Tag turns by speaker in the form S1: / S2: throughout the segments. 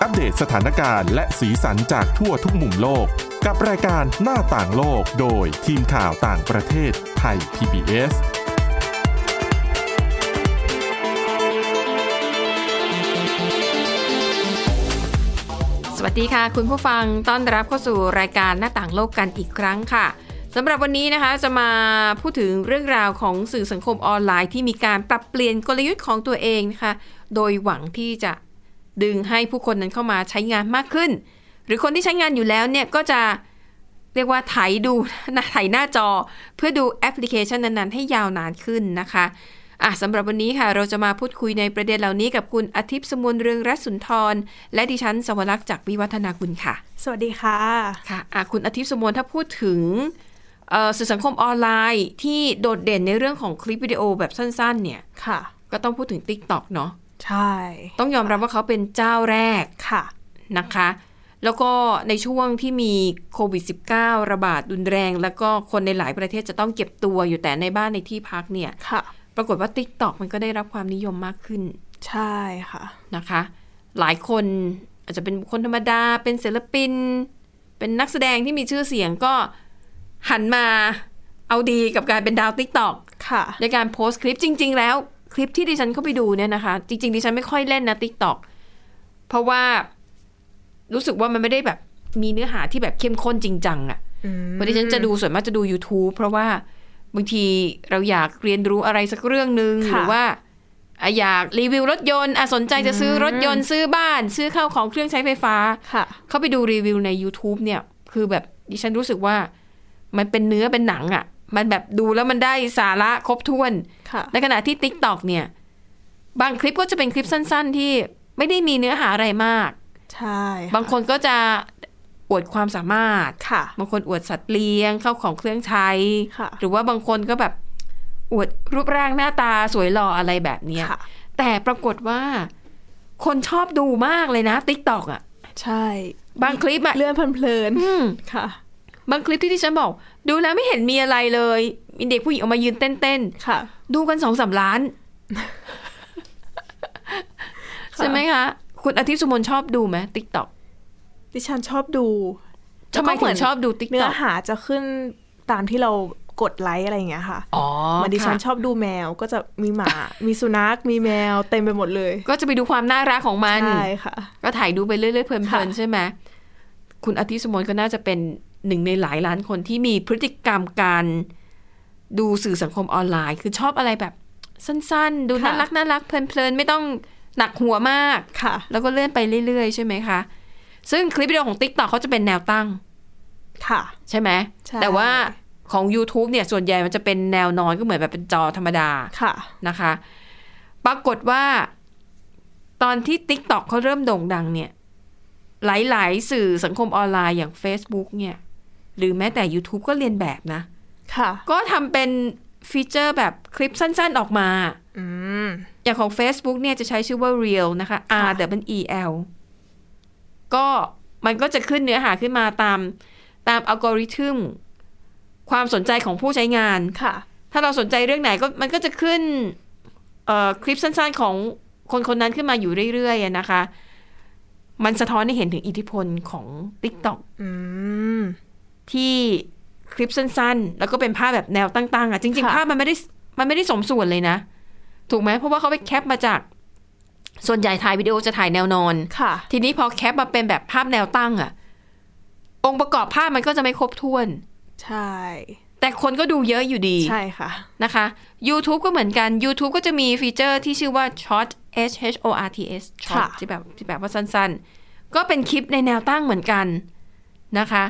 S1: อัปเดตสถานการณ์และสีสันจากทั่วทุกมุมโลก กับรายการหน้าต่างโลกโดยทีมข่าวต่างประเทศไทย PBS
S2: สวัสดีค่ะคุณผู้ฟังต้อนรับเข้าสู่รายการหน้าต่างโลกกันอีกครั้งค่ะสำหรับวันนี้นะคะจะมาพูดถึงเรื่องราวของสื่อสังคมออนไลน์ที่มีการปรับเปลี่ยนกลยุทธ์ของตัวเองนะคะโดยหวังที่จะดึงให้ผู้คนนั้นเข้ามาใช้งานมากขึ้น หรือคนที่ใช้งานอยู่แล้วเนี่ยก็จะเรียกว่าไถดูหน้าไถหน้าจอ เพื่อดูแอปพลิเคชันนั้นๆ ให้ยาวนานขึ้นนะคะอ่ะสำหรับวันนี้ค่ะ เราจะมาพูดคุยในประเด็นเหล่านี้กับคุณอาทิตย์สมวนเรืองรัศนทร และดิฉันสวรักษ์จากวิวัฒนาคุณค่ะ
S3: สวัสดีค่ะ
S2: ค่ะอ่ะคุณอาทิตย์สมนถ้าพูดถึงเอ่อสื่อสังคมออนไลน์ที่โดดเด่นในเรื่องของคลิปวิดีโอแบบสั้นๆ เนี่ย
S3: ค่ะ
S2: ก็ต้องพูดถึง TikTok เนาะ
S3: ใช่
S2: ต้องยอมรับว่าเขาเป็นเจ้าแรก
S3: ค่ะ
S2: นะคะ แล้วก็ในช่วงที่มีโควิด -19 ระบาดรุนแรง แล้วก็คนในหลายประเทศจะต้องเก็บตัวอยู่แต่ในบ้านในที่พักเนี่ย
S3: ค่ะ
S2: ปรากฏว่า TikTok มันก็ได้รับความนิยมมากขึ้น
S3: ใช่ค่ะ
S2: นะคะ หลายคนอาจจะเป็นบุคคลธรรมดา เป็นศิลปิน เป็นนักแสดงที่มีชื่อเสียงก็หันมาเอาดีกับการเป็นดาวติ๊กต็อก
S3: ค่ะ
S2: ในการโพสต์คลิปจริง ๆ แล้ว คลิปที่ดิฉันเข้าไปดูเนี่ยนะคะ จริง ๆ ดิฉันไม่ค่อยเล่นนะติ๊กต็อกเพราะว่ารู้สึกว่ามันไม่ได้แบบมีเนื้อหาที่แบบเข้มข้นจริงจังอะ วันนี้ฉันจะดูส่วนมากจะดู YouTube เพราะว่าบางทีเราอยากเรียนรู้อะไรสักเรื่องหนึ่ง
S3: ค่ะ
S2: หรือว่าอ่ะอยากรีวิวรถยนต์อ่ะสนใจจะซื้อรถยนต์ซื้อบ้าน ซื้อเข้าวของเครื่องใช้ไฟฟ้า
S3: ค่ะ
S2: เข้าไปดูรีวิวใน YouTube เนี่ย คือแบบดิฉันรู้สึกว่ามันเป็นเนื้อเป็นหนังอะ่ะ มันแบบดูแล้วมันได้สาระครบถ้วน
S3: ค่ะ
S2: ในขณะที่ TikTok เนี่ย บางคลิปก็จะเป็นคลิปสั้น ๆ ที่ไม่ได้มีเนื้อหาอะไรมาก
S3: ใช่ะ
S2: บางคนก็จะอวดความสามารถ
S3: ค่ะ
S2: บางคนอวดสัตว์เลี้ยงเข้าของเครื่องใช้
S3: ค่ะ
S2: หรือว่าบางคนก็แบบอวดรูปร่างหน้าตาสวยหล่ออะไรแบบเนี้ย
S3: ค่ะ
S2: แต่ปรากฏว่า คนชอบดูมากเลยนะติ๊กตอกอ่ะ
S3: ใช่
S2: บางคลิปอ่ะ
S3: เลื่อนเพลิน
S2: อืม
S3: ๆค่ะ
S2: บางคลิปที่ที่ฉันบอก ดูแล้วไม่เห็นมีอะไรเลย มีเด็กผู้หญิงออกมายืนเต้น
S3: ค่ะ
S2: ๆ ดูกันสองสามล้าน ใช่ไหมคะ คุณอาทิตย์สุมนชอบดูไหมติ๊กต็อก
S3: ดิฉันชอบดู
S2: ทำไม
S3: แล้วก็เห
S2: ถึ
S3: มื
S2: งชอบดูติ๊ก
S3: เนื้
S2: ต็
S3: อ
S2: อก
S3: หาจะขึ้นตามที่เรากดไลค์อะไรอย่างเงี้ยค่ะ
S2: อ๋อ
S3: เหมือนดิฉัน
S2: ค่ะ
S3: ชอบดูแมวก็จะมี หมา มีสุนัข มีแมวเต็มไปหมดเลย
S2: ก็จะไปดูความน่ารักของมัน
S3: ใช่ค่ะ
S2: ก็ถ่ายดูไปเรื่อยๆเพลิ
S3: ค่ะ
S2: นๆใช่ไหมคุณอาทิตย์สมนก็น่าจะเป็นหนึ่งในหลายล้านคนที่มีพฤติกรรมการดูสื่อสังคมออนไลน์ คือชอบอะไรแบบสั้นๆ ดูน่ารักน่ารักเพลินๆ ไม่ต้องหนักหัวมาก
S3: ค่ะ
S2: แล้วก็เลื่อนไปเรื่อยๆ ใช่ไหมคะ ซึ่งคลิปวิดีโอของ t ิ k t o k เขาจะเป็นแนวตั้ง
S3: ค่ะ
S2: ใช่ไหม
S3: ใช่
S2: แต่ว่าของ YouTube เนี่ยส่วนใหญ่มันจะเป็นแนวนอนก็เหมือนแบบเป็นจอธรรมดา
S3: ค่ะ
S2: นะคะ ปรากฏว่าตอนที่ TikTok เขาเริ่มโด่งดังเนี่ย หลาย ๆ สื่อสังคมออนไลน์อย่าง Facebook เนี่ย หรือแม้แต่ YouTube ก็เรียนแบบนะ
S3: ค่ะ
S2: ก็ทำเป็นฟีเจอร์แบบคลิปสั้น ๆ ออกมา
S3: อืม
S2: อย่างของ Facebook เนี่ยจะใช้ชื่อว่า Real นะคะ R W E L ก็มันก็จะขึ้นเนื้อหาขึ้นมาตามตามอัลกอริทึมความสนใจของผู้ใช้งาน
S3: ค่ะ
S2: ถ้าเราสนใจเรื่องไหนก็มันก็จะขึ้นเอ่อคลิปสั้นๆของคนคนนั้นขึ้นมาอยู่เรื่อยๆอะนะคะ มันสะท้อนให้เห็นถึงอิทธิพลของ TikTok
S3: อืม
S2: ที่คลิปสั้นๆ แล้วก็เป็นภาพแบบแนวตั้งๆอ่ะจริง
S3: ค่ะ
S2: ๆ ภาพมันไม่ได้มันไม่ได้สมส่วนเลยนะ ถูกไหมเพราะว่าเขาไปแคปมาจาก ส่วนใหญ่ถ่ายวิดีโอจะถ่ายแนวนอน
S3: ค่ะ
S2: ทีนี้พอแคปมาเป็นแบบภาพแนวตั้งอ่ะ องค์ประกอบภาพมันก็จะไม่ครบถ้วน
S3: ใช่
S2: แต่คนก็ดูเยอะอยู่ดี
S3: ใช่ค่ะ
S2: นะคะ YouTube ก็เหมือนกัน YouTube ก็จะมีฟีเจอร์ที่ชื่อว่า Short H H O R T S Short
S3: ค่ะ
S2: ที่แบบที่แบบว่าสั้นๆ ก็เป็นคลิปในแนวตั้งเหมือนกันนะคะ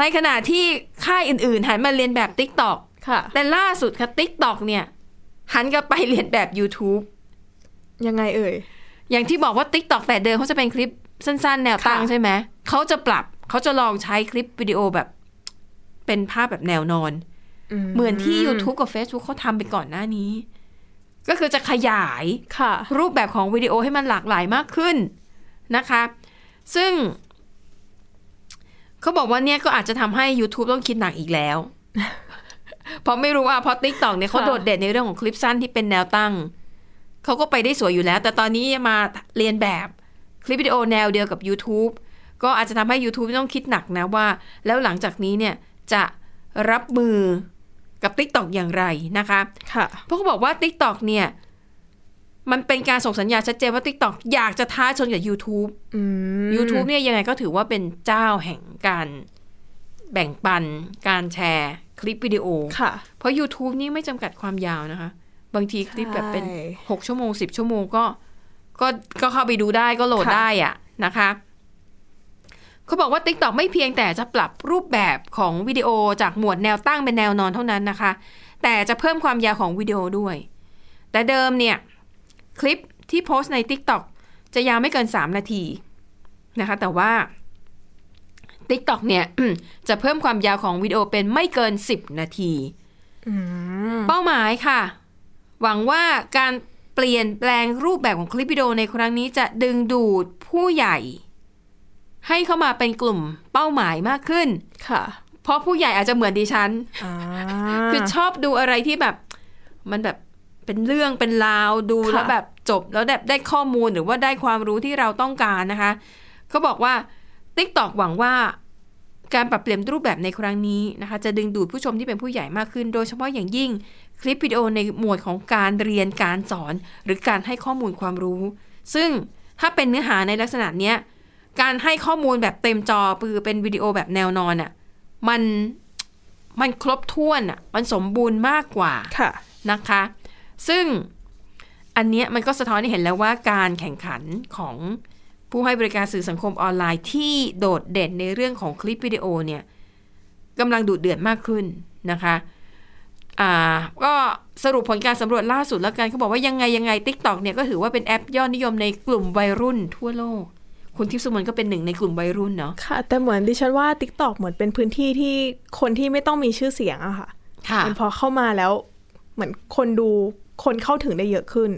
S2: ในขณะที่ค่ายอื่นๆ หันมาเรียนแบบ TikTok
S3: ค่ะ
S2: แต่ล่าสุดค่ะ TikTok เนี่ย หันกลับไปเรียนแบบ YouTube
S3: ยังไงเอ่ย
S2: อย่างที่บอกว่า TikTok แต่เดิมเขาจะเป็นคลิปสั้นๆ แนวตั้ง
S3: ค่ะ
S2: ใช่ไหม เขาจะปรับเขาจะลองใช้คลิปวิดีโอแบบเป็นภาพแบบแนวนอน เหมือนที่ YouTube กับ Facebook เขาทำไปก่อนหน้านี้ ก็คือจะขยาย
S3: ค่ะ
S2: รูปแบบของวิดีโอให้มันหลากหลายมากขึ้นนะคะ ซึ่ง เขาบอกว่าเนี่ยก็อาจจะทำให้ YouTube ต้องคิดหนักอีกแล้ว เพราะไม่รู้ว่าเพราะ TikTok เนี่ยเขา
S3: ค่ะ
S2: โดดเด่นในเรื่องของคลิปสั้นที่เป็นแนวตั้ง เขาก็ไปได้สวยอยู่แล้ว แต่ตอนนี้มาเรียนแบบค ลิปวิดีโอแนวเดียวกับ YouTube ก็อาจจะทำให้ YouTube ต้องคิดหนักนะว่า แล้วหลังจากนี้เนี่ยจะรับมือกับ TikTok อย่างไรนะคะ
S3: ค่ะ
S2: เพราะเขาบอกว่า TikTok เนี่ย มันเป็นการส่งสัญญาณชัดเจนว่า TikTok อยากจะท้าชนกับ YouTube
S3: อืม
S2: YouTube เนี่ยยังไงก็ถือว่าเป็นเจ้าแห่งการแบ่งปัน การแชร์คลิปวิดีโอ
S3: ค่ะ
S2: เพราะ YouTube นี่ไม่จำกัดความยาวนะคะ บางทีคลิปแบบเป็น
S3: ใช่
S2: 6 ชั่วโมง 10 ชั่วโมงก็ก็ก็เข้าไปดูได้ก็โหลด
S3: ค่ะ
S2: ได้อะนะคะเขาบอกว่า TikTok ไม่เพียงแต่จะปรับรูปแบบของวิดีโอจากหมวดแนวตั้งเป็นแนวนอนเท่านั้นนะคะ แต่จะเพิ่มความยาวของวิดีโอด้วย แต่เดิมเนี่ย คลิปที่โพสต์ใน TikTok จะยาวไม่เกิน 3 นาทีนะคะ แต่ว่า TikTok เนี่ย จะเพิ่มความยาวของวิดีโอเป็นไม่เกิน 10 นาที
S3: อืม
S2: เป้าหมายค่ะ หวังว่าการเปลี่ยนแปลงรูปแบบของคลิปวิดีโอในครั้งนี้จะดึงดูดผู้ใหญ่ ให้เข้ามาเป็นกลุ่มเป้าหมายมากขึ้น
S3: ค่ะ
S2: เพราะผู้ใหญ่อาจจะเหมือนดิฉัน
S3: อ่า
S2: คือชอบดูอะไรที่แบบมันแบบเป็นเรื่องเป็นราวดู
S3: ค่ะ
S2: แล้วแบบจบแล้วแบบได้ข้อมูลหรือว่าได้ความรู้ที่เราต้องการนะคะเขาบอกว่า TikTok หวังว่าการปรับเปลี่ยนรูปแบบในครั้งนี้นะคะ จะดึงดูดผู้ชมที่เป็นผู้ใหญ่มากขึ้น โดยเฉพาะอย่างยิ่งคลิปวิดีโอในหมวดของการเรียนการสอน หรือการให้ข้อมูลความรู้ ซึ่งถ้าเป็นเนื้อหาในลักษณะเนี้ยการให้ข้อมูลแบบเต็มจอคือเป็นวิดีโอแบบแนวนอนอะ่ะมัน มันครบถ้วนอ่ะ มันสมบูรณ์มากกว่า
S3: ค่ะ
S2: นะคะ ซึ่งอันเนี้ยมันก็สะท้อนให้เห็นแล้วว่าการแข่งขันของผู้ให้บริการสื่อสังคมออนไลน์ที่โดดเด่นในเรื่องของคลิปวิดีโอเนี่ยกำลังดุเดือดมากขึ้นนะคะ อ่า ก็สรุปผลการสำรวจล่าสุดแล้วกันเขาบอกว่ายังไงยังไง TikTok เนี่ยก็ถือว่าเป็นแอปยอดนิยมในกลุ่มวัยรุ่นทั่วโลก คุณทิพย์สมนก็เป็นหนึ่งในกลุ่มวัยรุ่นเนาะ
S3: ค่ะ แต่เหมือนดิฉันว่า TikTok เหมือนเป็นพื้นที่ที่คนที่ไม่ต้องมีชื่อเสียงอะค่ะ
S2: ค่ะ
S3: มันพอเข้ามาแล้ว เหมือนคนดูคนเข้าถึงได้เยอะขึ้น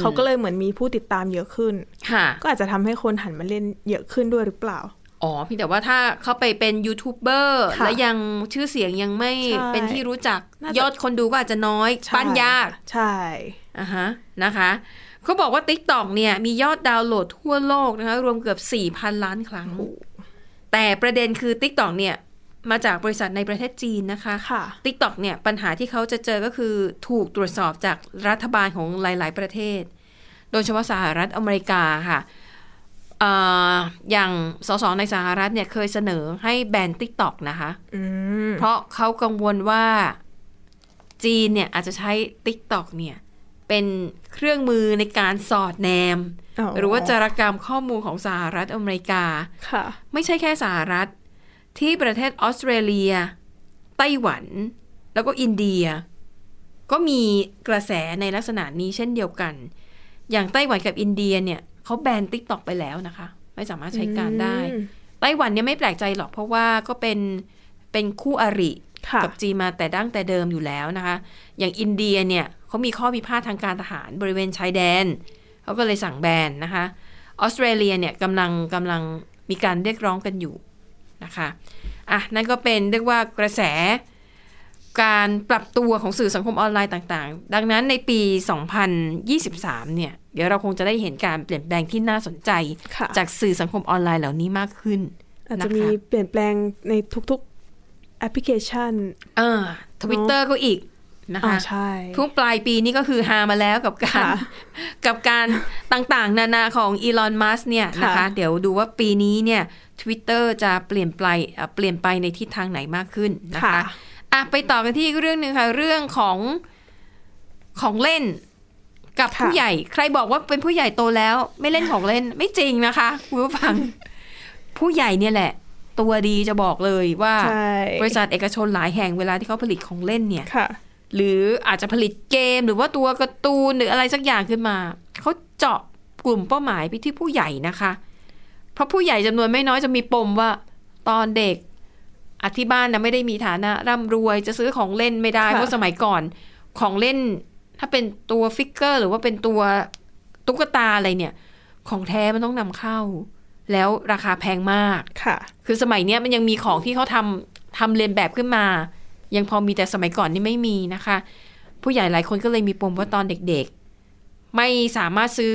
S3: เขาก็เลยเหมือนมีผู้ติดตามเยอะขึ้น
S2: ค่ะ
S3: ก็อาจจะทำให้คนหันมาเล่นเยอะขึ้นด้วยหรือเปล่า
S2: อ๋อเพี่แต่ว่าถ้าเขาไปเป็นยูทูบเบอร์
S3: ค่ะ
S2: และยังชื่อเสียงยังไม่
S3: ใช่
S2: เป็นที่รู้จัก
S3: น่าจะ
S2: ยอดคนดูก็อาจจะน้อย
S3: ใช่
S2: ปั้นยาก
S3: ใช่
S2: อ่ะฮะนะคะเขาบอกว่า TikTok เนี่ยมียอดดาวน์โหลดทั่วโลกนะคะรวมเกือบ 4,000 ล้านครั้ง แต่ประเด็นคือ TikTok เนี่ยมาจากบริษัทในประเทศจีนนะคะ
S3: ค่ะ
S2: TikTok เนี่ยปัญหาที่เขาจะเจอก็คือถูกตรวจสอบจากรัฐบาลของหลาย ๆ ประเทศ โดยเฉพาะสหรัฐอเมริกาค่ะเอ่ออย่างสสในสหรัฐเนี่ยเคยเสนอให้แบน TikTok นะคะ
S3: อืม
S2: เพราะเขากังวลว่าจีนเนี่ยอาจจะใช้ TikTok เนี่ยเป็นเครื่องมือในการสอดแนม หรือว่าจารกรรมข้อมูลของสหรัฐอเมริกา
S3: ค่ะ
S2: ไม่ใช่แค่สหรัฐที่ประเทศออสเตรเลีย ไต้หวัน แล้วก็อินเดีย ก็มีกระแสในลักษณะนี้เช่นเดียวกัน อย่างไต้หวันกับอินเดียเนี่ยเขาแบน t ิ k t o k ไปแล้วนะคะ ไม่สามารถใช้การได้
S3: อืม
S2: ไต้หวันเนี่ยไม่แปลกใจหรอกเพราะว่าก็เป็นเป็นคู่อริ
S3: ค่ะ
S2: กับจีนมาแต่ดั้งแต่เดิมอยู่แล้วนะคะ อย่างอินเดียเนี่ยเขามีข้อพิพาททางการทหารบริเวณชายแดน เขาก็เลยสั่งแบนนะคะ ออสเตรเลียเนี่ยกำลังกำลังมีการเรียกร้องกันอยู่นะคะ อ่ะ นั่นก็เป็นเรียกว่ากระแสการปรับตัวของสื่อสังคมออนไลน์ต่างๆ ดังนั้นในปี 2023 เนี่ย เดี๋ยวเราคงจะได้เห็นการเปลี่ยนแปลงที่น่าสนใจ
S3: ค่ะ
S2: จากสื่อสังคมออนไลน์เหล่านี้มากขึ้น
S3: อาจจะมีเปลี่ยนแปลงในทุกๆแอปพลิเคชัน
S2: อ่าทวิตเตอร์ก็อีกนะ
S3: อ๋อ
S2: คะ
S3: ใช่
S2: ช่วงปลายปีนี้ก็คือฮามาแล้วกับการ
S3: ค่ะ
S2: กับการต่างๆ นานาของอีลอนมัสเนี่ยนะคะ
S3: ค่ะ
S2: เดี๋ยวดูว่าปีนี้เนี่ย Twitter จะเปลี่ยนไปเอ่อเปลี่ยนไปในทิศทางไหนมากขึ้นนะคะ อ่ะไปต่อกันที่อีกเรื่องหนึ่งค่ะ เรื่องของของเล่น กับ
S3: ค่ะ
S2: ผู้ใหญ่ ใครบอกว่าเป็นผู้ใหญ่โตแล้ว ไม่เล่นของเล่นไม่จริงนะคะคุณผู้ฟัง ผู้ใหญ่เนี่ยแหละ ตัวดีจะบอกเลยว่า
S3: ใช่
S2: บริษัทเอกชนหลายแห่งเวลาที่เขาผลิตของเล่นเนี่ย
S3: ค่ะ
S2: หรืออาจจะผลิตเกมหรือว่าตัวการ์ตูนหรืออะไรสักอย่างขึ้นมา เขาเจาะกลุ่มเป้าหมายไปที่ผู้ใหญ่นะคะ เพราะผู้ใหญ่จำนวนไม่น้อยจะมีปมว่าตอนเด็กอธิบ้านนะไม่ได้มีฐานะร่ำรวยจะซื้อของเล่นไม่ได้
S3: ค่ะ
S2: เพราะสมัยก่อนของเล่น ถ้าเป็นตัวฟิกเกอร์ หรือว่าเป็นตัวตุ๊กตาอะไรเนี่ย ของแท้มันต้องนำเข้า แล้วราคาแพงมาก
S3: ค่ะ
S2: คือสมัยเนี้ยมันยังมีของที่เขาทำทำเรียนแบบขึ้นมา ยังพอมีแต่สมัยก่อนนี่ไม่มีนะคะ ผู้ใหญ่หลายคนก็เลยมีปมว่าตอนเด็กๆ ไม่สามารถซื้อ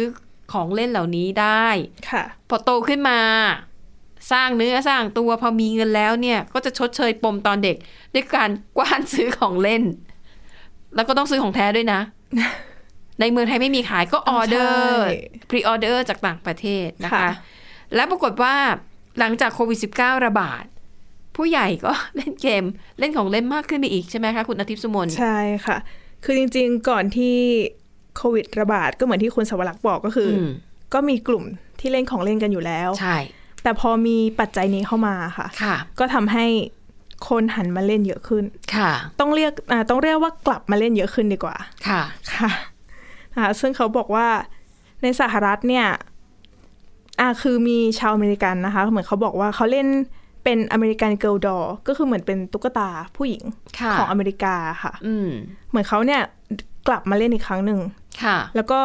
S2: ของเล่นเหล่านี้ได้
S3: ค่ะ
S2: พอโตขึ้นมา สร้างเนื้อสร้างตัวพอมีเงินแล้วเนี่ยก็จะชดเชยปมตอนเด็ก ด้วยการกว้านซื้อของเล่น แล้วก็ต้องซื้อของแท้ด้วย นะ ในเมืองไทยไม่มีขายก็ออเดอร์
S3: ใช่
S2: พรีออเดอร์จากต่างประเทศนะ
S3: ค่ะ
S2: คะ และปรากฏว่าหลังจากโควิด -19 ระบาด ผู้ใหญ่ก็ เล่นเกมเล่นของเล่นมากขึ้นไปอีกใช่ไหมคะคุณอาทิตย์สุมน
S3: ใช่ค่ะ คือจริงๆก่อนที่โควิดระบาดก็เหมือนที่คุณสวรักษ์บอกก็คืออ
S2: ม
S3: ก็มีกลุ่มที่เล่นของเล่นกันอยู่แล้ว
S2: ใช่
S3: แต่พอมีปัจจัยนี้เข้ามาค่ะ
S2: ค่ะ
S3: ก็ทำให้คนหันมาเล่นเยอะขึ้น
S2: ค่ะ
S3: ต้องเรียกอ่าต้องเรียกว่ากลับมาเล่นเยอะขึ้นดีกว่า
S2: ค่ะ
S3: ค่ะนะคะซึ่งเขาบอกว่าในสหรัฐเนี่ยอ่าคือมีชาวอเมริกันนะคะ เหมือนเขาบอกว่าเขาเล่นเป็นอเมริกันเกิลดอก็คือเหมือนเป็นตุ๊กตาผู้หญิง
S2: ค่ะ
S3: ของอเมริกาค่ะ
S2: อืม
S3: เหมือนเขาเนี่ยกลับมาเล่นอีกครั้งหนึ่ง
S2: ค่ะ
S3: แล้วก็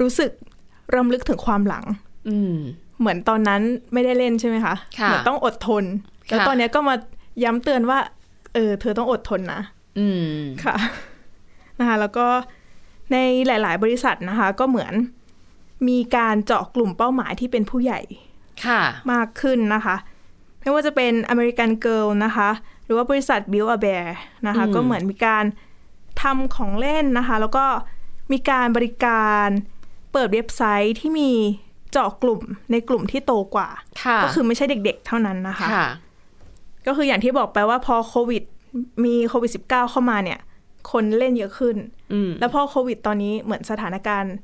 S3: รู้สึกรำลึกถึงความหลัง
S2: อืม
S3: เหมือนตอนนั้นไม่ได้เล่นใช่ไหมคะ
S2: ค่ะ
S3: เหมือนต้องอดทน แล้ว
S2: ค่ะ
S3: ตอนเนี้ยก็มาย้ำเตือนว่า เออ เธอต้องอดทนนะ
S2: อืม
S3: ค่ะ นะคะแล้วก็ในหลาย ๆ บริษัทนะคะ ก็เหมือนมีการเจาะกลุ่มเป้าหมายที่เป็นผู้ใหญ่
S2: ค่ะ
S3: มากขึ้นนะคะ ไม่ว่าจะเป็น American Girl นะคะ หรือว่าบริษัท Build a Bear นะคะ
S2: อืม
S3: ก็เหมือนมีการทำของเล่นนะคะ แล้วก็มีการบริการเปิดเว็บไซต์ที่มีเจาะกลุ่มในกลุ่มที่โตกว่า
S2: ค่ะ
S3: ก็คือไม่ใช่เด็ก ๆ เท่านั้นนะคะ
S2: ค่ะ
S3: ก็คืออย่างที่บอกไปว่าพอโควิดมีโควิด -19 เข้ามาเนี่ย คนเล่นเยอะขึ้น
S2: อืม
S3: แล้วพอโควิดตอนนี้เหมือนสถานการณ์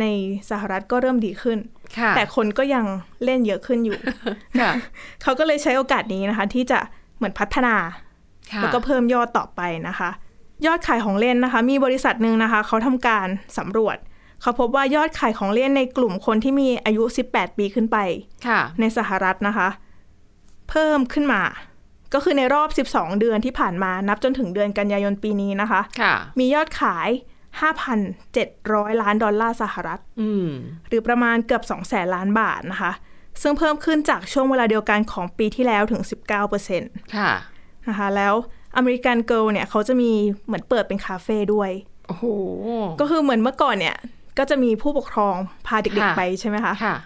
S3: ในสหรัฐก็เริ่มดีขึ้น
S2: ค่ะ
S3: แต่คนก็ยังเล่นเยอะขึ้น อยู่
S2: ค่ะ
S3: เขาก็เลยใช้โอกาสนี้นะคะ ที่จะเหมือนพัฒนา
S2: ค่ะ
S3: แล้วก็เพิ่มยอดต่อไปนะคะ ยอดขายของเล่นนะคะ มีบริษัทหนึ่งนะคะ เขาทำการสำรวจ เขาพบว่ายอดขายของเล่นในกลุ่มคนที่มีอายุ 18 ปีขึ้นไป
S2: ค่ะ
S3: ในสหรัฐนะคะ เพิ่มขึ้นมา ก็คือในรอบ 12 เดือนที่ผ่านมานับจนถึงเดือนกันยายนปีนี้นะคะ
S2: ค่ะ
S3: มียอดขาย 5,700 ล้านดอลลาร์สหรัฐ
S2: อืม
S3: หรือประมาณเกือบ 2 0 0แสนล้านบาทนะคะ ซึ่งเพิ่มขึ้นจากช่วงเวลาเดียวกันของปีที่แล้วถึง 19%น
S2: ค่ะ
S3: ะคะ แล้วอเมริกันเกิลเนี่ยเขาจะมีเหมือนเปิดเป็นคาเฟ่ด้วย
S2: โอ้โห
S3: ก็คือเหมือนเมื่อก่อนเนี่ย ก็จะมีผู้ปกครองพาเด็ก
S2: ค่ะ
S3: ๆไปใช่ไหมคะ
S2: ค่ะ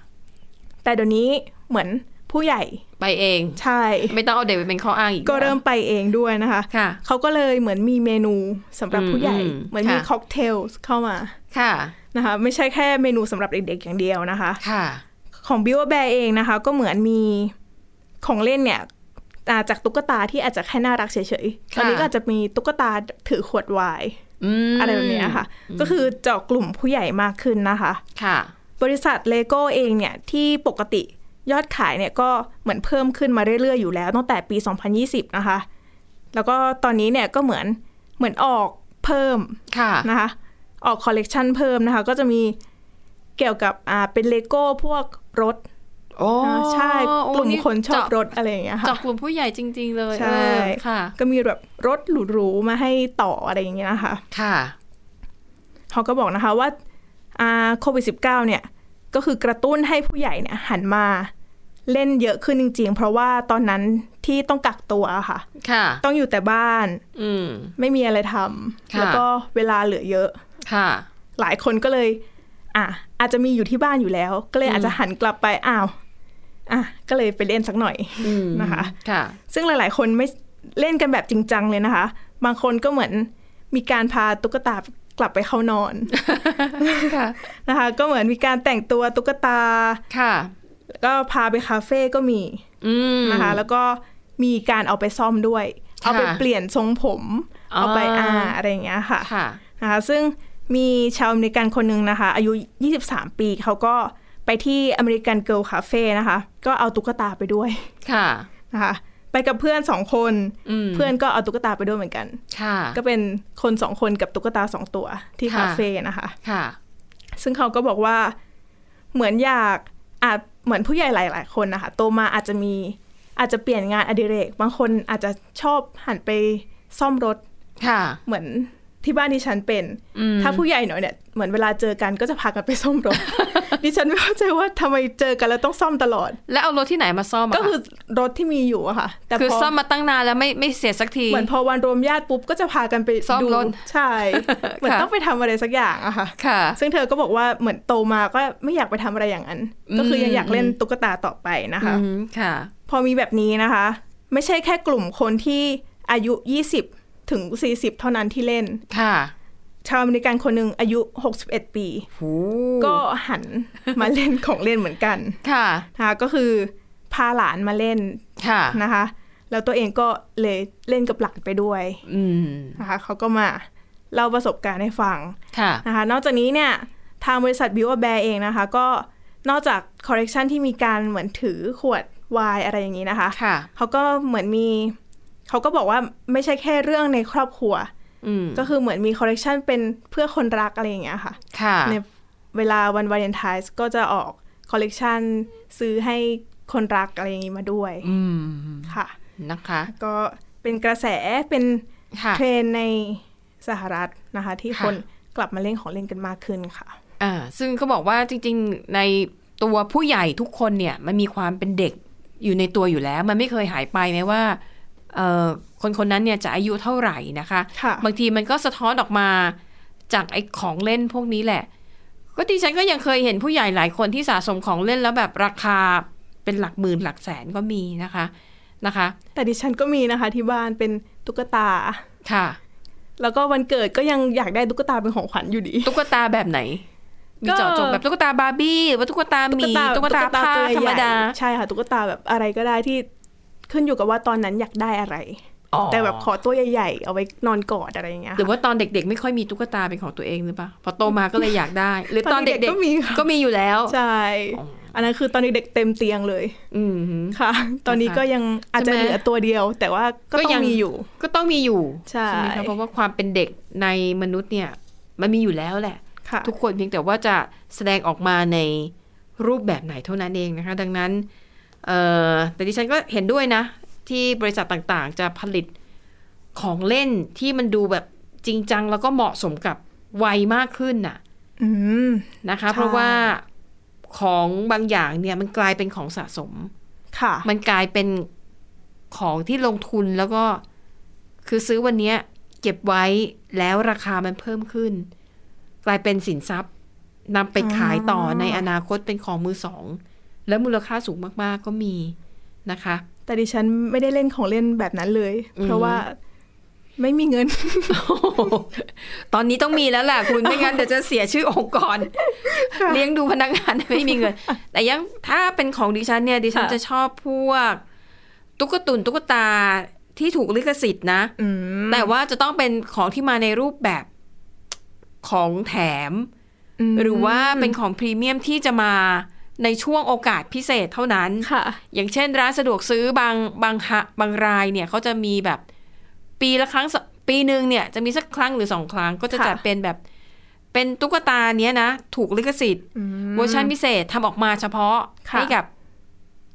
S3: แต่เดี๋ยวนี้เหมือนผู้ใหญ่
S2: ไปเอง
S3: ใช่
S2: ไม่ต้องเอาเด็กไปเป็นข้ออ้างอีก
S3: ก็เริ่ม
S2: แล้ว
S3: ไปเองด้วยนะคะ
S2: ค่ะ
S3: เขาก็เลยเหมือนมีเมนูสำหรับ
S2: อืม
S3: ผู้ใหญ่
S2: อืม
S3: เหมือนมี
S2: ค่ะ
S3: ค็อกเทลเข้ามา
S2: ค่ะ
S3: นะคะ ไม่ใช่แค่เมนูสำหรับเด็กๆอย่างเดียวนะคะ
S2: ค่ะ
S3: ของบิวแบร์เองนะคะ ก็เหมือนมีของเล่นเนี่ยอ่าจากตุ๊กตาที่อาจจะแค่น่ารักเฉยๆ
S2: ค่ะ
S3: ตอนนี้ก็อาจจะมีตุ๊กตาถือขวดไวน์
S2: อืม
S3: อะไรแบบเนี้ยค่ะ ก็คือเจาะกลุ่มผู้ใหญ่มากขึ้นนะคะ
S2: ค่ะ
S3: บริษัทเลโก้เองเนี่ยที่ปกติยอดขายเนี่ยก็เหมือนเพิ่มขึ้นมาเรื่อยๆอยู่แล้วตั้งแต่ปี 2020 นะคะ แล้วก็ตอนนี้เนี่ยก็เหมือนเหมือนออกเพิ่ม
S2: ค่ะ
S3: นะคะ ออกคอลเลกชันเพิ่มนะคะ ก็จะมีเกี่ยวกับอ่าเป็นเลโก้พวกรถ
S2: โอ้
S3: อ่าใช่
S2: โอ้
S3: กลุ่ม
S2: นี่
S3: คนชอบ
S2: เจาะ
S3: รถอะไรอย่างเงี้ยค่ะ
S2: เจาะกลุ่มผู้ใหญ่จริง ๆ เลย
S3: ใช่
S2: เออค่ะ
S3: ก็มีแบบรถหรูๆมาให้ต่ออะไรอย่างเงี้ยนะคะ
S2: ค่ะ
S3: เขาก็บอกนะคะว่าโควิด -19 เนี่ย ก็คือกระตุ้นให้ผู้ใหญ่เนี่ยหันมาเล่นเยอะขึ้นจริง ๆ เพราะว่าตอนนั้นที่ต้องกักตัวค่ะ
S2: ค่ะ
S3: ต้องอยู่แต่บ้าน
S2: อืม
S3: ไม่มีอะไรท
S2: ค่ะ
S3: ำแล้วก็เวลาเหลือเยอะ
S2: ค่ะ
S3: หลายคนก็เลยอ่ะอาจจะมีอยู่ที่บ้านอยู่แล้ว ก็เลยอาจจะหันกลับไปอ้าวอ่ะก็เลยไปเล่นสักหน่อย
S2: อืม
S3: นะคะ
S2: ค่ะ
S3: ซึ่งหลาย ๆ คนไม่เล่นกันแบบจริงจังเลยนะคะ บางคนก็เหมือนมีการพาตุ๊กตากลับไปเข้านอน
S2: ค่ะ
S3: นะคะก็เหมือนมีการแต่งตัวตุ๊กตา
S2: ค่ะ
S3: แล้วก็พาไปคาเฟ่ก็มี
S2: อืม
S3: นะคะแล้วก็มีการเอาไปซ่อมด้วย
S2: ค่ะ
S3: เอาไปเปลี่ยนทรงผม
S2: อ๋อ
S3: เอาไปอาอะไรอย่างเงี้ยค่ะ
S2: ค่ะ
S3: นะคะซึ่งมีชาวอเมริกันคนหนึ่งนะคะ อายุ 23 ปีเขาก็ไปที่อเมริกันเกิ c คาเฟ่นะคะ ก็เอาตุ๊กตาไปด้วย
S2: ค่ะ
S3: นะคะไปกับเพื่อนสองคน
S2: อืม
S3: เพื่อนก็เอาตุ๊กตาไปด้วยเหมือนกัน
S2: ค่ะ
S3: ก็เป็นคนสองคนกับตุ๊กตาสองตัวที่
S2: ค่ะ
S3: คาเฟ่นะคะ
S2: ค่ะ
S3: ซึ่งเขาก็บอกว่าเหมือนอยากอาจเหมือนผู้ใหญ่หลาย ๆ คนนะคะโตมาอาจจะมีอาจจะเปลี่ยนงานอดิเรก บางคนอาจจะชอบหันไปซ่อมรถ
S2: ค่ะ
S3: เหมือนที่บ้านที่ฉันเป็น
S2: อืม
S3: ถ้าผู้ใหญ่หน่อยเนี่ยเหมือนเวลาเจอกันก็จะพากันไปซ่อมรถ ดิฉันไม่เข้าใจว่าทำไมเจอกันแล้วต้องซ่อมตลอ ด
S2: แล้วเอารถที่ไหนมาซ่อมะ
S3: ก็คือรถที่มีอยู่อะค่ะ แต่
S2: คือ
S3: พอ
S2: ซ่อมมาตั้งนานแล้วไม่ไม่เสร็จสักที
S3: เหมือนพอวันรวมญาติปุ๊บก็จะพากันไป
S2: ซ่อม
S3: ดู
S2: รถ
S3: ใช่ เหมือน
S2: ค่ะ
S3: ต้องไปทำอะไรสักอย่างอะค่ะ
S2: ค่ะ
S3: ซึ่งเธอก็บอกว่าเหมือนโตมาก็ไม่อยากไปทำอะไรอย่างนั้น
S2: อืม
S3: ก็คือยังอยากเล่นตุ๊กตาต่อไปนะคะ
S2: อืมค่ะ
S3: พอมีแบบนี้นะคะ ไม่ใช่แค่กลุ่มคนที่อายุ 20 ถึง 40 เท่านั้นที่เล่น
S2: ค่ะ
S3: ชาวอเมริกันคนหนึ่งอายุ 61 ปี
S2: หู
S3: ก็หันมาเล่นของเล่นเหมือนกัน
S2: ค่ะ
S3: นะคะก็คือพาหลานมาเล่น
S2: ค่ะ
S3: นะคะ แล้วตัวเองก็เลยเล่นกับหลานไปด้วย
S2: อืม
S3: นะคะเขาก็มาเล่าประสบการณ์ให้ฟัง
S2: ค่ะ
S3: นะคะนอกจากนี้เนี่ยทางบริษัทบิวแบร์เองนะคะ ก็นอกจากคอลเลกชันที่มีการเหมือนถือขวดไวายอะไรอย่างนี้นะคะ
S2: ค่ะ
S3: เขาก็เหมือนมีเขาก็บอกว่าไม่ใช่แค่เรื่องในครอบครัว
S2: อืม
S3: ก็คือเหมือนมีคอลเลกชันเป็นเพื่อคนรักอะไรอย่างเงี้ยค่ะ
S2: ค่ะ
S3: ในเวลาวันวาเลนไทน์ก็จะออกคอลเลกชันซื้อให้คนรักอะไรอย่างนี้มาด้วย
S2: อืม
S3: ค่ะ
S2: นะคะ
S3: ก็เป็นกระแสเป็น
S2: ค่ะ
S3: เทรนด์ในสหรัฐนะคะ ที่
S2: ค่ะ
S3: คนกลับมาเล่นของเล่นกันมากขึ้นค่ะ
S2: อ่าซึ่งก็บอกว่าจริงๆในตัวผู้ใหญ่ทุกคนเนี่ยมันมีความเป็นเด็กอยู่ในตัวอยู่แล้ว มันไม่เคยหายไปแม้ว่าเอ่อคนคนนั้นเนี่ยจะอายุเท่าไหร่นะคะ
S3: ค่ะ
S2: บางทีมันก็สะท้อนออกมาจากไอ้ของเล่นพวกนี้แหละ ก็ดิฉันก็ยังเคยเห็นผู้ใหญ่หลายคนที่สะสมของเล่นแล้วแบบราคาเป็นหลักหมื่นหลักแสนก็มีนะคะนะคะ
S3: แต่ดิฉันก็มีนะคะที่บ้านเป็นตุ๊กตา
S2: ค่ะ
S3: แล้วก็วันเกิดก็ยังอยากได้ตุ๊กตาเป็นของขวัญอยู่ดี
S2: ตุ๊กตาแบบไหน มี
S3: ก็
S2: เจาะจงแบบตุ๊กตาบาร์บี้หรือว่าตุ๊กตาหมีตุ๊กตาผ้า
S3: ตัว
S2: ธร
S3: ใหญ่
S2: รมดา
S3: ใช่ค่ะ ตุ๊กตาแบบอะไรก็ได้ที่ขึ้นอยู่กับว่าตอนนั้นอยากได้อะไร
S2: อ๋อ
S3: แต่แบบขอตัวใหญ่ๆ เอาไว้นอนกอดอะไรอย่างเงี้ย
S2: หรือ
S3: ค่ะ
S2: ว่าตอนเด็กๆ ไม่ค่อยมีตุ๊กตาเป็นของตัวเองหรือเปล่าพอโตมาก็เลยอยากได้ หรือต
S3: ต
S2: อ
S3: อน น
S2: เด็
S3: เด็
S2: กๆ
S3: กๆก็มีค่ะ
S2: ก็มีอยู่แล้ว
S3: ใช่
S2: อ๋อ
S3: อันนั้นคือตอนเด็กๆเต็มเตียงเลย
S2: อืมฮึ
S3: ค่ะ ตอนนี้
S2: นะคะ
S3: ก็ยังอาจจะ
S2: ใช่ไหม
S3: เหลือตัวเดียว แต่ว่าก็
S2: ก็
S3: ต้อ
S2: ยัง
S3: งมีอยู่
S2: ก็ต้องมีอยู่
S3: ใช่
S2: ไหมคะเพราะว่าความเป็นเด็กในมนุษย์เนี่ย มันมีอยู่แล้วแหละ
S3: ค่ะ
S2: ทุกคนเพียงแต่ว่าจะแสดงออกมาในรูปแบบไหนเท่านั้นเองนะคะ ดังนั้นเอ่อแต่ดิฉันก็เห็นด้วยนะ ที่บริษัทต่างๆ จะผลิตของเล่นที่มันดูแบบจริงจังแล้วก็เหมาะสมกับวัยมากขึ้นน่ะ
S3: อืม
S2: นะคะ
S3: ใช่
S2: เพราะว่าของบางอย่างเนี่ยมันกลายเป็นของสะสม
S3: ค่ะ
S2: มันกลายเป็นของที่ลงทุนแล้วก็คือซื้อวันเนี้ยเก็บไว้แล้วราคามันเพิ่มขึ้น กลายเป็นสินทรัพย์นำไปขายต่อในอนาคตเป็นของมือสอง และมูลค่าสูงมากๆก็มีนะคะ
S3: แต่ดิฉันไม่ได้เล่นของเล่นแบบนั้นเลย
S2: อืม
S3: เพราะว่าไม่มีเงิน
S2: ตอนนี้ต้องมีแล้วแหละคุณไม่งั้นเดี๋ยวจะเสียชื่อองค์ก ร เลี้ยงดูพนักงานไม่มีเงิน แต่ยังถ้าเป็นของดิฉันเนี่ยดิฉัน
S3: ค่ะ
S2: จะชอบพวก ตุ๊กตุนตุ๊กตาที่ถูกลิขสิทธิ์นะ
S3: อืม
S2: แต่ว่าจะต้องเป็นของที่มาในรูปแบบของแถม
S3: ม
S2: หรือว่าเป็นของพรีเมียมที่จะมาในช่วงโอกาสพิเศษเท่านั้น
S3: ค่ะ
S2: อย่างเช่นร้านสะดวกซื้อบางบางฮะบางรายเนี่ยเขาจะมีแบบปีละครั้งสปีหนึ่งเนี่ยจะมีสักครั้งหรือสองครั้งก็จะ
S3: ค่ะ
S2: จัดเป็นแบบเป็นตุ๊กตาเนี้ยนะ ถูกลิขสิทธิ์
S3: อืม
S2: เวอร์ชันพิเศษทำออกมาเฉพาะ
S3: ค่ะ
S2: ให้กับ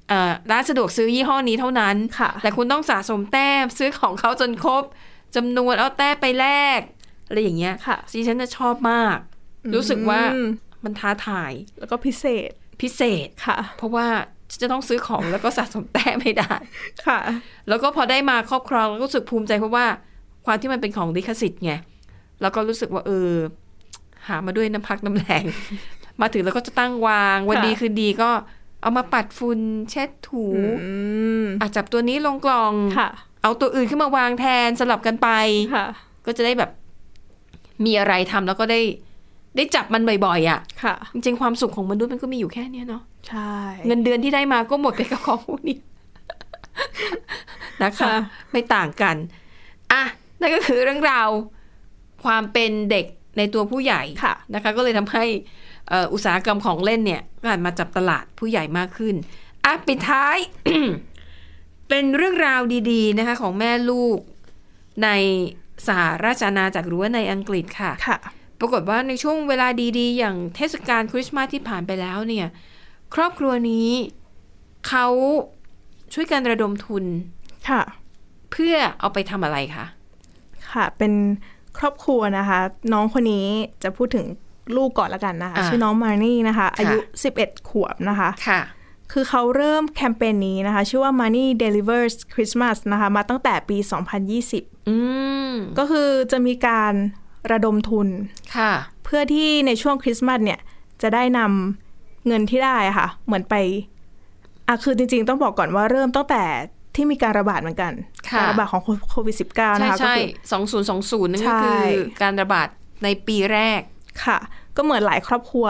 S2: เอ่อร้านสะดวกซื้อยี่ห้อนี้เท่านั้น
S3: ค่ะ
S2: แต่คุณต้องสะสมแต้มซื้อของเขาจนครบจำนวนเอาแต้มไปแลกอะไรอย่างเงี้ย
S3: ค่ะ
S2: ซีฉันจะชอบมาก รู้สึกว่า
S3: อืม
S2: มันท้าทาย
S3: แล้วก็พิเศษ
S2: พิเศษ
S3: ค่ะ
S2: เพราะว่าจะต้องซื้อของแล้วก็สะสมแต้มไม่ได้
S3: ค่ะ
S2: แล้วก็พอได้มาครอบครองแล้วก็รู้สึกภูมิใจเพราะว่าความที่มันเป็นของลิขสิทธิ์ไงแล้วก็รู้สึกว่าเออ หามาด้วยน้ำพักน้ำแรง มาถึงแล้วก็จะตั้งวางวันดี
S3: ค่ะ
S2: คืนดีก็ เอามาปัดฝุ่นเช็ดถู
S3: อืม
S2: อาจับตัวนี้ลงกล่อง
S3: ค่ะ
S2: เอาตัวอื่นขึ้นมาวางแทนสลับกันไป
S3: ค่ะ
S2: ก็จะได้แบบ มีอะไรทำแล้วก็ได้ ได้จับมันบ่อยๆอะ่ะ
S3: ค่ะ
S2: จริงๆความสุขของมนุษย์มันก็มีอยู่แค่เนี้ยเนาะ
S3: ใช่
S2: เงินเดือนที่ได้มาก็หมดไปกับของพวกนี้ นะคะ
S3: ค่ะ
S2: ไม่ต่างกัน อ่ะ นั่นก็คือเรื่องราวความเป็นเด็กในตัวผู้ใหญ่
S3: ค่ะ
S2: นะคะ ก็เลยทำให้เอ่ออุตสาหกรรมของเล่นเนี่ยก็หันมาจับตลาดผู้ใหญ่มากขึ้น อ่ะ ปิดท้าย เป็นเรื่องราวดีๆนะคะ ของแม่ลูกในสหราชอาณาจักรหรือว่าในอังกฤษค่ะ
S3: ค่ะ
S2: ปรากฏว่าในช่วงเวลาดีๆ อย่างเทศกาลคริสต์มาสที่ผ่านไปแล้วเนี่ย ครอบครัวนี้เขาช่วยกันระดมทุน
S3: ค่ะ
S2: เพื่อเอาไปทำอะไรคะ
S3: ค่ะ เป็นครอบครัวนะคะ น้องคนนี้จะพูดถึง ลูกก่อนละกันนะคะ
S2: อ่า
S3: ชื่อน้องมานี่นะคะ อายุ 11 ขวบนะคะ
S2: ค่ะ
S3: คือเขาเริ่มแคมเปญนี้นะคะ ชื่อว่า Money Delivers Christmas นะคะ มาตั้งแต่ปี 2020
S2: อืม
S3: ก็คือจะมีการระดมทุน
S2: ค่ะ
S3: เพื่อที่ในช่วงคริสต์มาสเนี่ย จะได้นำเงินที่ได้ค่ะ เหมือนไปอ่ะคือจริงๆ ต้องบอกก่อนว่าเริ่มตั้งแต่ที่มีการระบาดเหมือนกัน
S2: ค่ะ
S3: การระบาดของโควิด -19 นะ
S2: ใช่
S3: คะก็
S2: ใช่
S3: คือ
S2: สองศูนย์สองศูนย์นั่นก็
S3: ใช่
S2: คือการระบาดในปีแรก
S3: ค่ะ ก็เหมือนหลายครอบครัว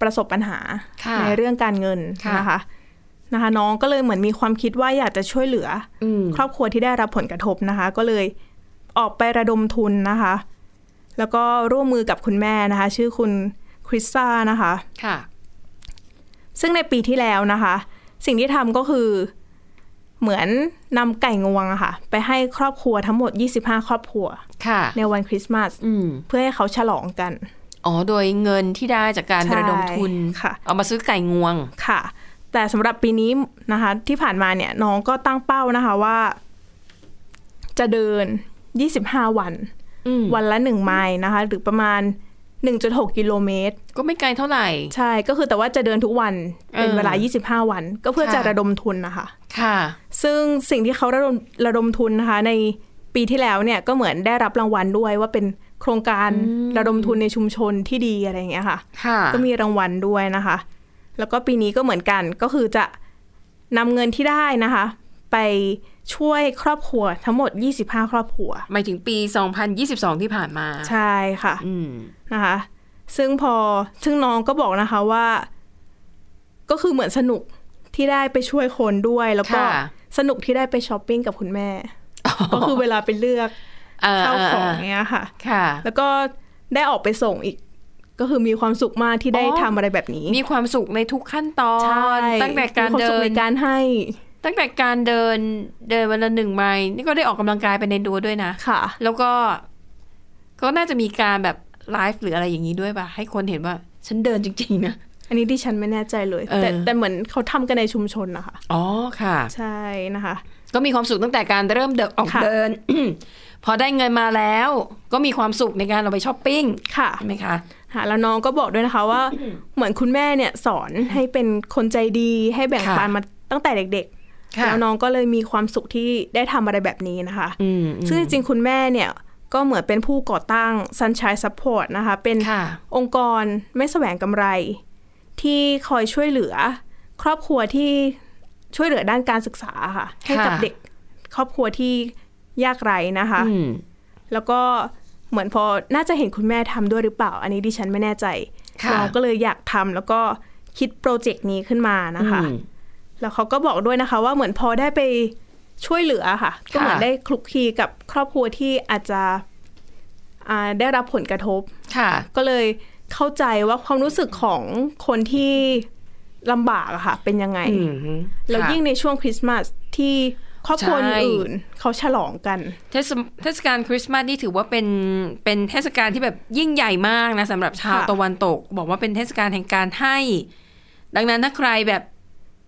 S3: ประสบปัญหา
S2: ค่ะ
S3: ในเรื่องการเงิน
S2: ค่ะ
S3: นะคะนะคะ น้องก็เลยเหมือนมีความคิดว่าอยากจะช่วยเหลือ
S2: อืม
S3: ครอบครัวที่ได้รับผลกระทบนะคะ ก็เลยออกไประดมทุนนะคะ แล้วก็ร่วมมือกับคุณแม่นะคะ ชื่อคุณคริสซ่านะคะ
S2: ค่ะ
S3: ซึ่งในปีที่แล้วนะคะ สิ่งที่ทำก็คือเหมือนนำไก่งวงอะค่ะ ไปให้ครอบครัวทั้งหมด 25 ครอบครัว
S2: ค่ะ
S3: ในวันคริสต์มาส
S2: อืม
S3: เพื่อให้เขาฉลองกัน
S2: อ๋อ โดยเงินที่ได้จากการ
S3: ใช่
S2: ระดมทุน
S3: ค่ะ
S2: เอามาซื้อไก่งวง
S3: ค่ะ แต่สำหรับปีนี้นะคะ ที่ผ่านมาเนี่ยน้องก็ตั้งเป้านะคะว่า จะเดิน 25 วัน
S2: อืม
S3: วันละ 1 ไมล์นะคะ หรือประมาณ 1.6 กิโลเมตร
S2: ก็ไม่ไกลเท่าไหร่
S3: ใช่ก็คือแต่ว่าจะเดินทุกวันเป็น
S2: เออ
S3: เวลา 25 วัน ก็เพื่อจะ
S2: ค่ะ
S3: ระดมทุนนะคะ
S2: ค่ะ
S3: ซึ่งสิ่งที่เขาระดมระดมทุนนะคะ ในปีที่แล้วเนี่ยก็เหมือนได้รับรางวัลด้วยว่าเป็นโครงการระดมทุนในชุมชนที่ดีอะไรอย่างเงี้ยค่ะ
S2: ค่ะ
S3: ก็มีรางวัลด้วยนะคะ แล้วก็ปีนี้ก็เหมือนกันก็คือจะนำเงินที่ได้นะคะ ไปช่วยครอบครัวทั้งหมด 25 ครอบครัว
S2: หมายถึงปี 2022 ที่ผ่านมา
S3: ใช่ค่ะ
S2: อืม
S3: นะคะ ซึ่งพอซึ่งน้องก็บอกนะคะว่า ก็คือเหมือนสนุกที่ได้ไปช่วยคนด้วย แล้วก็
S2: ค่ะ
S3: สนุกที่ได้ไปช้อปปิ้งกับคุณแม่ ก็คือเวลาไปเลือก
S2: เออ
S3: ข้าว
S2: เออ
S3: ข
S2: เอ
S3: อง
S2: อ
S3: เนี้ยค่ะ
S2: ค่ะ
S3: แล้วก็ได้ออกไปส่งอีก ก็คือมีความสุขมากที่ได้
S2: อ๋อ
S3: ทำอะไรแบบนี้
S2: มีความสุขในทุกขั้นตอน
S3: ใช่
S2: ตั้งแต่การ
S3: มีควม
S2: เดิ
S3: สุข
S2: น
S3: ในการให้
S2: ตั้งแต่การเดิน เดินวันละหนึ่งไมล์นี่ก็ได้ออกกำลังกายไปในตัวด้วยนะ
S3: ค่ะ
S2: แล้วก็ก็น่าจะมีการแบบไลฟ์หรืออะไรอย่างนี้ด้วยป่ะ ให้คนเห็นว่า ฉันเดินจริง ๆ นะ
S3: อันนี้ดิฉันไม่แน่ใจเลย
S2: เออ
S3: แต่แต่เหมือนเขาทำกันในชุมชนนะคะ
S2: อ๋อค่ะ
S3: ใช่นะคะ
S2: ก็มีความสุขตั้งแต่การเริ่มเดินออก
S3: ค่ะ
S2: เดิน พอได้เงินมาแล้ว ก็มีความสุขในการเราไปช้อปปิ้ง
S3: ค่ะ
S2: ใช่ไหมคะ
S3: ค่ะ แล้วน้องก็บอกด้วยนะคะว่า เหมือนคุณแม่เนี่ยสอนให้เป็นคนใจดีให้แบ่ง
S2: ค่ะ
S3: ปันมาตั้งแต่เด็กๆ แล้วน้องก็เลยมีความสุขที่ได้ทำอะไรแบบนี้นะคะ
S2: อืมอืม
S3: ซึ่งจริงๆคุณแม่เนี่ยก็เหมือนเป็นผู้ก่อตั้ง Sunshine Support นะคะ เป็น
S2: ค่ะ
S3: องค์กรไม่แสวงกำไร ที่คอยช่วยเหลือ ครอบครัวที่ช่วยเหลือด้านการศึกษาค่ะ ให้กับ
S2: ค่ะ
S3: เด็กครอบครัวที่ยากไร้นะคะ
S2: อืม
S3: แล้วก็เหมือนพอน่าจะเห็นคุณแม่ทำด้วยหรือเปล่า อันนี้ดิฉันไม่แน่ใจ
S2: ค่ะ
S3: เราก็เลยอยากทำแล้วก็คิดโปรเจกต์นี้ขึ้นมานะคะ
S2: อืม
S3: แล้วเขาก็บอกด้วยนะคะ ว่าเหมือนพอได้ไปช่วยเหลือค่ะ ก็เหมือน
S2: ค่ะ
S3: ได้คลุกคลีกับครอบครัวที่อาจจะอ่าได้รับผลกระทบ
S2: ค่ะ
S3: ก็เลยเข้าใจว่าความรู้สึกของคนที่ลำบากอะค่ะ เป็นยังไง
S2: อืม
S3: แล้ว
S2: ค่ะ
S3: ยิ่งในช่วงคริสต์มาสที่ครอบครัว
S2: ใช่
S3: อื่นๆเขาฉลองกัน
S2: เทศเทศกาลคริสต์มาสนี่ถือว่าเป็นเป็นเทศกาลที่แบบยิ่งใหญ่มากนะสำหรับชาว
S3: ค่ะ
S2: ตะวันตก บอกว่าเป็นเทศกาลแห่งการให้ ดังนั้นถ้าใครแบบ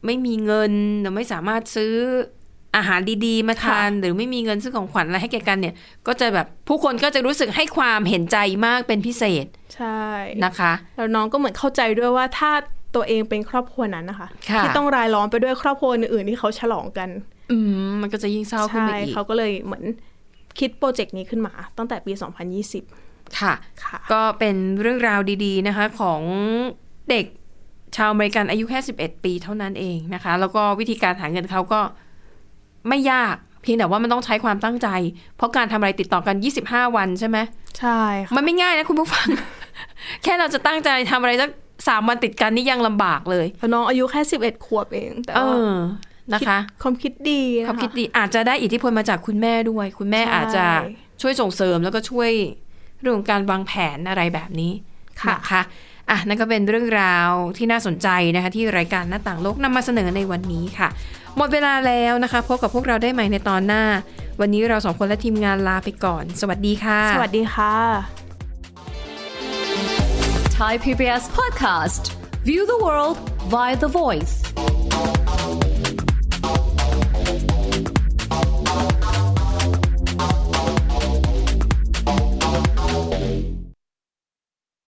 S2: ไม่มีเงินหรือไม่สามารถซื้ออาหารดีๆ มาทาน หรือไม่มีเงินซื้อของขวัญอะไรให้แก่กันเนี่ย ก็จะแบบผู้คนก็จะรู้สึกให้ความเห็นใจมากเป็นพิเศษ
S3: ใช่
S2: นะคะ
S3: แล้วน้องก็เหมือนเข้าใจด้วยว่าถ้าตัวเองเป็นครอบครัวนั้นนะคะ
S2: ค่ะ
S3: ที่ต้องรายล้อมไปด้วยครอบครัวอื่นๆที่เขาฉลองกัน
S2: อืมมันก็จะยิ่งเศร้าขึ้น
S3: ใช่
S2: ไปอีก
S3: เขาก็เลยเหมือนคิดโปรเจกต์นี้ขึ้นมาตั้งแต่ปี 2020
S2: ค่ะ
S3: ค่ะ
S2: ก็เป็นเรื่องราวดีๆนะคะของเด็กชาวอเมริกันอายุแค่ 11 ปีเท่านั้นเองนะคะ แล้วก็วิธีการหาเงินเขาก็ไม่ยาก เพียงแต่ว่ามันต้องใช้ความตั้งใจ เพราะการทำอะไรติดต่อกัน 25 วันใช่ไหม
S3: ใช่ค่ะ
S2: มันไม่ง่ายนะคุณผู้ฟัง แค่เราจะตั้งใจทำอะไรสักสามวันติดกันนี่ยังลำบากเลย
S3: แล้วน้องอายุแค่ 11 ขวบเองแต่
S2: เอ
S3: ว่า
S2: อนะคะ
S3: ความคิดดีนะะ
S2: ความคิดดีอาจจะได้อิทธิพลมาจากคุณแม่ด้วย คุณแม่
S3: ใช่
S2: อาจจะช่วยส่งเสริมแล้วก็ช่วยเรื่องของการวางแผนอะไรแบบนี้
S3: ค่ะ
S2: นะคะอ่ะนั่นก็เป็นเรื่องราวที่น่าสนใจนะคะที่รายการหน้าต่างโลกนำมาเสนอในวันนี้ค่ะ หมดเวลาแล้วนะคะ พบกับพวกเราได้ใหม่ในตอนหน้า วันนี้เราสองคนและทีมงานลาไปก่อน สวัสดีค่ะ
S3: สวัสดีค่ะ
S4: Thai PBS podcast. View the world via the voice.